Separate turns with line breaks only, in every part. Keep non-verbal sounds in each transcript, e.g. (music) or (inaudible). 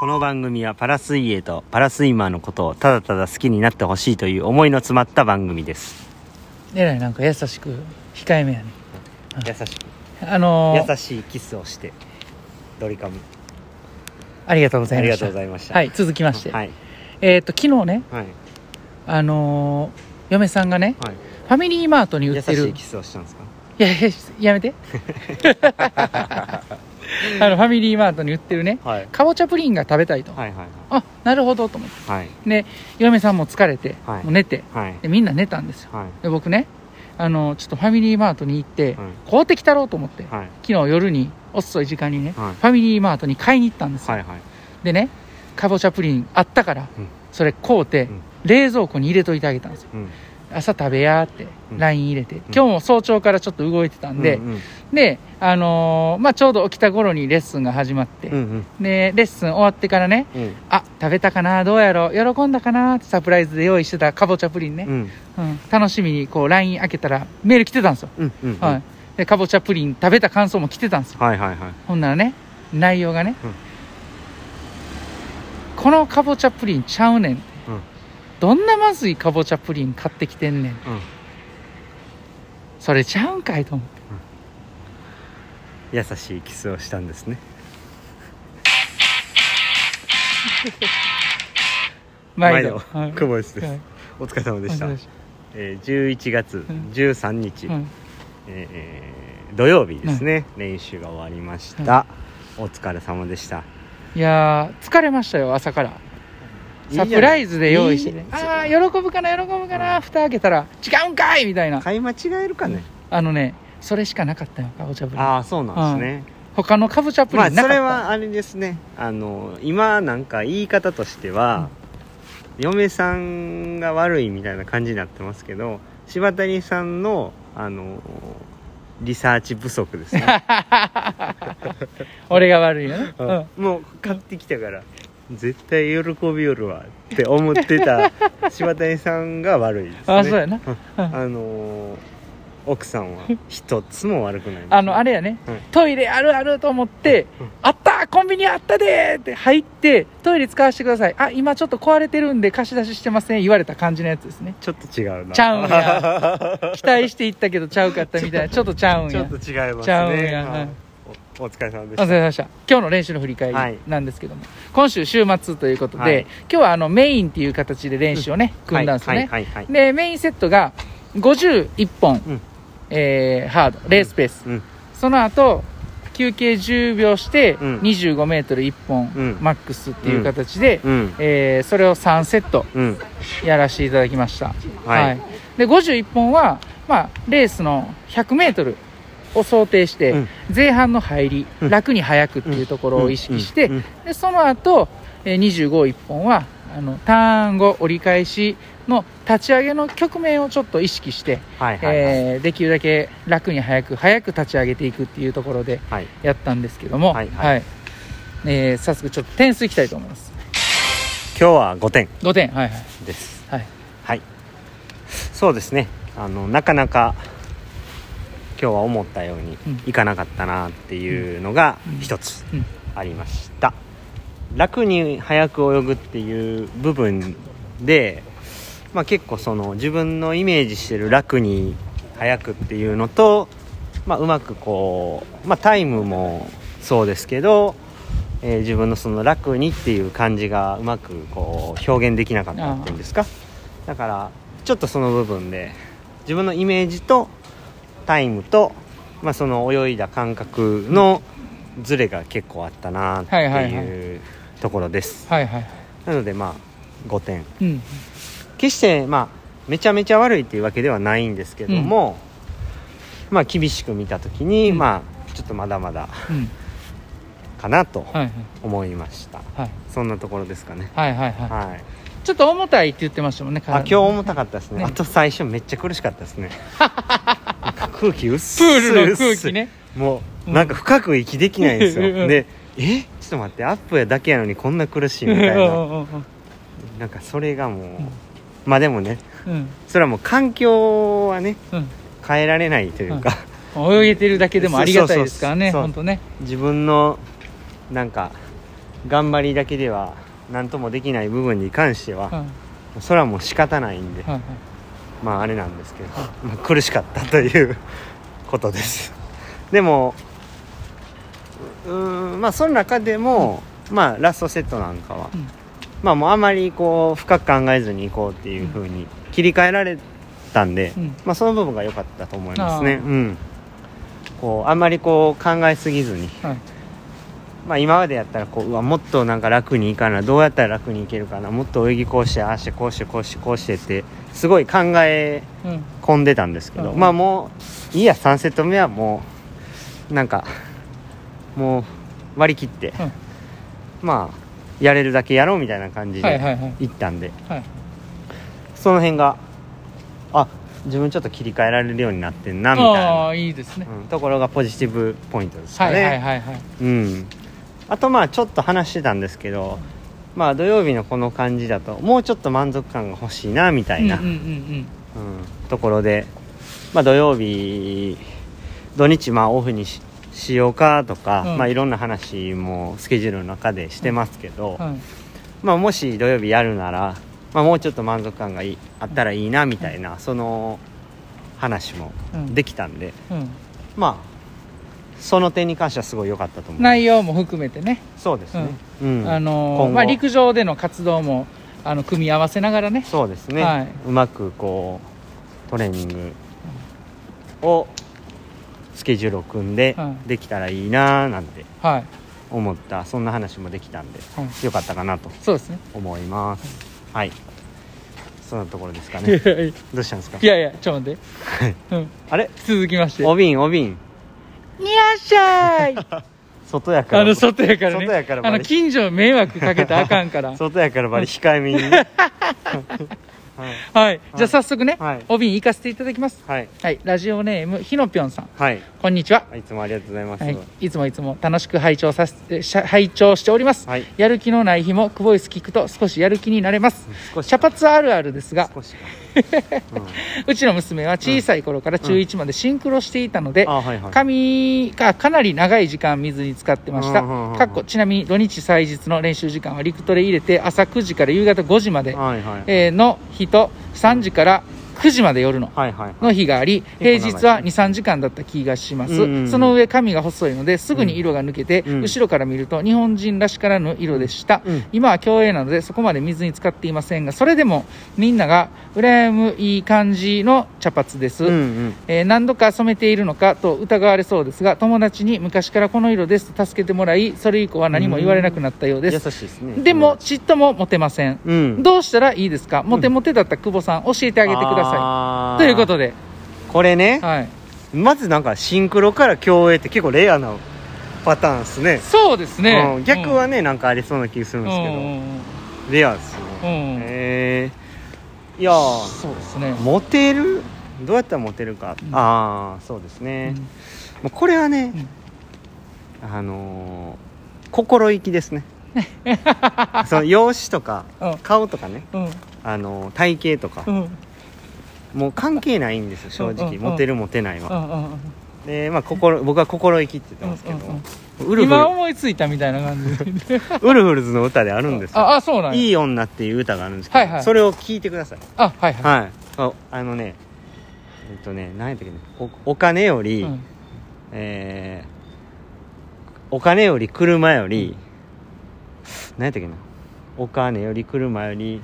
この番組はパラ水泳とパラスイマーのことをただただ好きになってほしいという思いの詰まった番組です
えらいなんか優しく控えめやね
優しく
あのー
優しいキスをしてドリカム
ありがとうござ
あ
い
り
ま
が
し
と
た
うございました
はい続きまして、
はい
えっ、と昨日ね
はい
あのー嫁さんがね
はい
ファミリーマートに売
優
ってる
し
い
いキスをしたんですか
やいややめて (laughs) あのファミリーマートに売ってるね
はい
かぼちゃプリンが食べたいと、
はいはい
あなるほどと思って
はい
で嫁さんも疲れて、
はい
もう寝て
はい
でみんな寝たんですよ
はい
で僕ねあのちょっとファミリーマートに行って、
はい
買うてきたろうと思って、
はい
昨日夜に遅い時間にね、
はい
ファミリーマートに買いに行ったんですよ、
はいはい
でねかぼちゃプリンあったから、
うん
それ買う
う
て、
ん
冷蔵庫に入れといてあげたんですよ
うん
朝食べやーって
うん
LINE 入れて、今日も早朝からちょっと動いてたんで、
うんうん
で、あのーまあ、ちょうど起きた頃にレッスンが始まって、
うん
でレッスン終わってからね
うん
あ食べたかなどうやろう喜んだかなってサプライズで用意してたかぼちゃプリンね
う、ん
うん、楽しみにこう LINE 開けたらメール来てたんですよ、
うんうん
はい、でかぼちゃプリン食べた感想も来てたんですよ
はいはいはい
ほんならね内容がね、
うん
このかぼちゃプリンちゃうねん、どんなまずいかぼちゃプリン買ってきてんねん
うん
それちゃうんかいと思って
優しいキスをしたんですね
毎度
毎度久保井です
はい
お疲れ様でした
はい
えー11月
うん
13日
うん
えーえー土曜日ですね練習が終わりましたお疲れ様でした
いやー疲れましたよ朝からサプライズで用意してねああ
よ
ー喜ぶかな喜ぶか
う
なん蓋開けたら違うんかいみたいな
買い間違えるかね
あのねそれしかなかったよかぼちゃプリン
ああそうなんですね
他のかぼちゃプ
ま
リ
あ
ンなか
そ
っ
れ
た、
はあれですねあの今なんか言い方としては、嫁さんが悪いみたいな感じになってますけど柴谷さんのあのリサーチ不足ですね、
俺が悪いよね、うん
もう買ってきたから絶対喜びよるわって思ってた
(laughs)
柴谷さんが悪いですね
あそうやな、
うんあの奥さんは一つも悪くない
あのあれやね、
うん
トイレあるあると思って、
うん
あったコンビニあったでーって入ってトイレ使わせてくださいあ今ちょっと壊れてるんで貸し出ししてません言われた感じのやつですね
ちょっと違うな
ちゃうんや期待していったけどちゃうかったみたいなちょっとちゃうん
ちょ
や
っと違います
ち
ね
ゃうんや
はい
はい
おお疲れ様で
お疲
し
れ様でした今日の練習の振り返
はい
りなんですけども、今週週末ということで、
はい
今日はあのメインっていう形で練習をね、
た
組んだんですよ
は
ね、
いはいはいはい
でメインセットが51本、
うん
えーハードレースペース、
うん
その後休憩10秒して
うん
2 5ル1本、
うん
マックスっていう形で、
うん
えーそれを3セット
うん
やらせていただきました、
はい
で51本は、まあ、レースの 100m を想定して、
うん
前半の入り、
うん
楽に速くっていうところを意識して、
うんうん
でその後、えー、251本はあのターン後折り返しの立ち上げの局面をちょっと意識して、
はいはいはい
えーできるだけ楽に早く早く立ち上げていくっていうところで
はい
やったんですけども、
はいはい
えー早速ちょっと点数いきたいと思います
今日は5点
5点はいはい
です
はい
はいそうですねあのなかなか今日は思ったように
うん
いかなかったなっていうのが
うん
一つ
うん
ありました楽に早く泳ぐっていう部分で、まあ、結構その自分のイメージしてる楽に早くっていうのと、まあ、うまくこう、まあ、タイムもそうですけど、えー自分のその楽にっていう感じがうまくこう表現できなかったっていうんですかだからちょっとその部分で自分のイメージとタイムと、まあ、その泳いだ感覚のズレが結構あったなって
はいはいはい
いうところです、
はいはい
なのでまあ5点
うん
決してまあめちゃめちゃ悪いっていうわけではないんですけども、まあ厳しく見た時に、
うん
まあちょっとまだまだ
うん
かなと
はい
思いました、
はい
そんなところですかね
はいはいはいは
はい
いちょっと重たいって言ってましたもんね
あ今日重たかったですね
ね
あと最初めっちゃ苦しかった
(laughs)
ですねなんか空気薄
プ
い
ールの空
薄い
気ね
もう
うん
なんか深く息できないんですよ、
うん
でえちょっと待ってアップやだけやのにこんな苦しいみ
うん
たいな
うんうん
なんかそれがもう、
ん
まあでもね
うん
それはもう環境はね
うん
変えられないというか、
泳げてるだけでもありがたいですからね
そうそうそう
本当ね
自分のなんか頑張りだけでは何ともできない部分に関しては、
はい
それはもう仕方ないんで、
はいはい
まああれなんですけど、まあ、苦しかったということです (laughs) でもううーんまあその中でも、まあラストセットなんかは、
うん
まあもうあまりこう深く考えずに行こうっていうふうに切り替えられたんで、
うん
まあその部分が良かったと思いますね
あー
うんこうあんまりこう考えすぎずに
はい
まあ、今までやったらこううわもっとなんか楽にいいかなどうやったら楽にいけるかなもっと泳ぎこうしてああしてこうしてこうしてこうしてってすごい考え
うん
込んでたんですけど、
うん
まあもういいや3セット目はもうなんかもう割り切って、
うん
まあやれるだけやろうみたいな感じ
はいは
で
いはい
行ったんで、
はい
その辺があ自分ちょっと切り替えられるようになってんなみたい
あ
な、
あいいですね
うんところがポジティブポイントですか
は
ね。
いはいはいはい
うん、あとまあちょっと話してたんですけど、まあ、土曜日のこの感じだともうちょっと満足感が欲しいなみたいな、
う
うんん
うんうん
ところで、まあ、土曜日土日まあオフにししようかとか、
うん
まあ、いろんな話もスケジュールの中でしてますけど、
うんはい
まあ、もし土曜日やるなら、まあ、もうちょっと満足感がいいあったらいいなみたいな、その話も
うん
できたんで、
う
まあその点に関してはすごい良かったと思い
ん
ます。
内容も含めてね
そうですね、う
あ
今
のー
後
まあ陸上での活動もあの組み合わせながらね
そうですね、
はいう
まくこうトレーニングをスケジュールを組んで
うん
できたらいいなーなんて
はい
思ったそんな話もできたんで
はい
よかったかなと
そ
(laughs)
うですね
思いますはいそんなところですか
い
ね
やいや
どうしたんですか
いやいやちょっと待って、うん、
あれ
続きまして
お瓶お瓶
いらっし
(laughs)
ゃい
外やから
あの外やからね
外やから
あ
バ
の
レ
近所迷惑かけたらあか
(laughs)
んから
外やからばり控え
(laughs)
めにねはい
はいじゃあ早速ね、
はい
お瓶行かせていただきます
はい
はいラジオネームひのぴょんさん
はい
こんにちは、
いつもありがとうございます
は
はい
い、いつもいつも楽しく拝聴させてしゃ拝聴しております、
はい
やる気のない日もクボイス聞くと少しやる気になれます
少し
茶髪あるあるですが
少しかうん
(laughs) うちの娘は小さい頃から中1までシンクロしていたので、
あはいはい
髪がかなり長い時間水に浸かってました、
うんうんうんうん
かっこちなみに土日祭日の練習時間は陸トレ入れて朝9時から夕方5時まで、
はいはい
えーの日と3時から9時まで夜の
はいはい
の日があり
結構長い
平日は23時間だった気がします、
うんうんうん
その上髪が細いのですぐに色が抜けて、
うん
後ろから見ると日本人らしからぬ色でした、
うん
今は競泳なのでそこまで水に浸かっていませんがそれでもみんなが羨むいい感じの茶髪です、
うんうん
えー何度か染めているのかと疑われそうですが友達に昔からこの色ですと助けてもらいそれ以降は何も言われなくなったようで
優
す
しいですね
でもちっともモテません
うん
どうしたらいいですかモテモテだった久保さん教えてあげてください
さ
ということで、
これね
はい、
まずなんかシンクロから競泳って結構レアなパターンですね
そうですね、
うん逆はねなんかありそうな気がする
うんん
で
う
すけ
ん
どレアです
う
ね
んうん
へえいやー
そうですね
モテるどうやったらモテるか
うん
ああそうです
う
ね
ん
もうこれはねあのー心意気です
(laughs)
ねその容姿とか
うん
顔とかね
うん
あのー体型とか
うんうん
もう関係ないんですよ正直、
うんうんうん
モテるモテない
うんう
は、
ん
で、まあ、心僕は心意気って言ってますけど、ウ
う
ル
ん
フ
今思いついたみたいな感じで
ルウルフルズの歌であるんですよ
ああそうなんや
いい女」っていう歌があるんですけど、
はいはい
それを聞いてください
あはいは
はいああのねえっとね何やったっけねおお金よ
い
り、
うん
えーお金より車より、何やったっけなお金より車より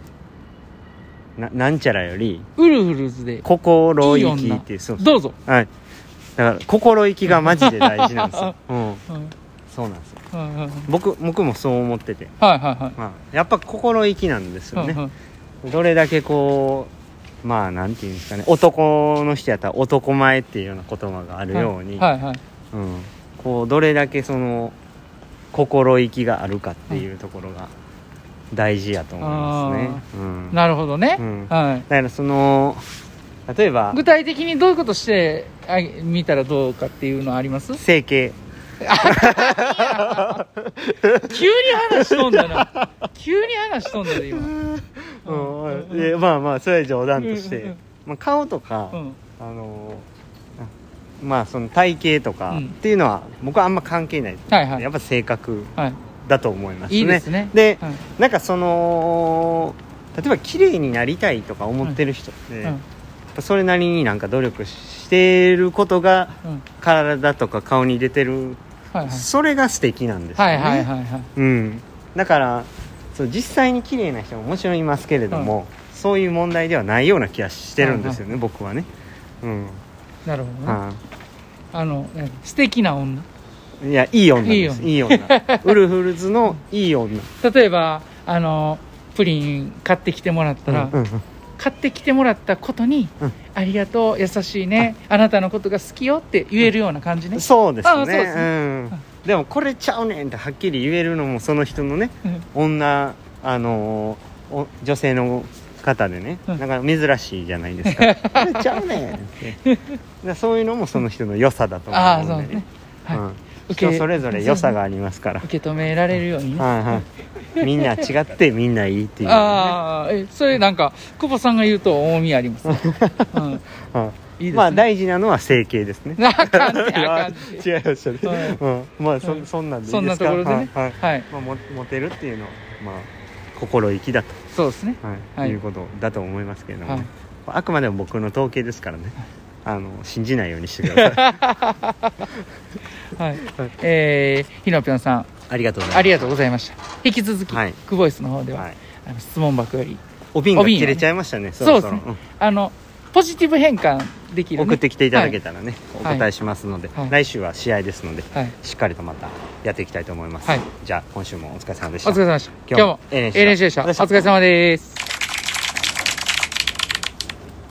ななんちゃらより
ウルフルズで
心
いい
意気
女
っていうそう
どうぞ
はい。だから心意気がマジで大事なんです
(laughs)
よ。うん。
うん
そうなんですよ。
うんうんうん
僕僕もそう思ってて、
はいはいはい
まあやっぱ心意気なんですよ
うんう
ね。
ん
どれだけこうまあなんていうんですかね、男の人やったら男前っていうような言葉があるように、
はいはい
うん。こうどれだけその心意気があるかっていうところが大事やと思いますね。うん。だ
なるほどね、
うん
は
からその例えば
い具体的にどういうことしてあ見たらどうかっていうのはあります
整形
急に話しとんだな急に話しとんだね今うん
うんいやまあまあそれは冗談とし
うんうんう
て
ん、
まあ、顔とか、
うん
あのあまあその体型とか
う
っ
ん
ていうのは僕はあんま関係ない、
はいはい
やっぱ性格
はい
だと思いますね。
いいですね
で
うん
なんかその例えば綺麗になりたいとか思ってる人って、やっぱそれなりになんか努力してることが
うんうん
体とか顔に出てる、
はいはい
それが素敵なんですよ
は
ね。
いはいはいはい
うん、だからそう実際に綺麗な人ももちろんいますけれども、そういう問題ではないような気がしてるんですよね、僕はね。うん
なるほどね、
は
あのえ素敵な女
い、いやいい女ですいい女
(laughs)
ウルフルズのいい女
例えばあのプリン買ってきてもらったら、
うんうん
買ってきてもらったことに「
うん
ありがとう優しいねあなたのことが好きよ」って言えるような感じ
う
ね
ん、そうですね
あそうですね
うん、でもこれちゃうねんってはっきり言えるのもその人のね
うん
女あのーお女性の方でね、
うん
なんか珍しいじゃないですか
(laughs)
これちゃうねんってだからそういうのもその人の良さだと
ああ
思
そううん
で
ね
ね、
はい
うん
受
人
け
それぞれ良さがありますから、
受け止められるようにね、 (laughs)
はいはい、みんな違ってみんないいっていう、ね、
ああえそれなんか久保さんが言うと重みありま
(laughs)
すね、うん、
うん
いいですね、
まあ大事なのは整形ですね
(laughs) あかんてあかんて
(laughs) 違いましたね、うんまあそ,、
うん
ん、そんなんでい
そ
い
ん
で
な
すか
ところでね
はいはい
はい
まあ、もモテるっていうのは、まあ、心意気だと、
そうですね
はい
はい
い、うことだと思いますけれども、
はい
あくまでも僕の統計ですからねあの信じないようにしてくだ
(laughs)
さい
はい、えー、ひのぴょんさん
ありがとうござ
あ
い
りがとうございました引き続き、
はい
クボイスの方で
ます
は、
はい、
あの質問箱より
お瓶
お
が
瓶を
切
ね
れちゃいましたねそろそろ
そうですあのポジティブ変換でき
うん
る、ね、
送ってきていただけたらね、
はい
お答えしますので、
はい
来週は試合ですので、
はい、はい、
しっかりとまたやっていきたいと思います、
はい
じゃあ今週もお疲れ様でし
お
た
疲れ様でした今
今日
日
も
も
NHK
NHK でしたお疲れ様です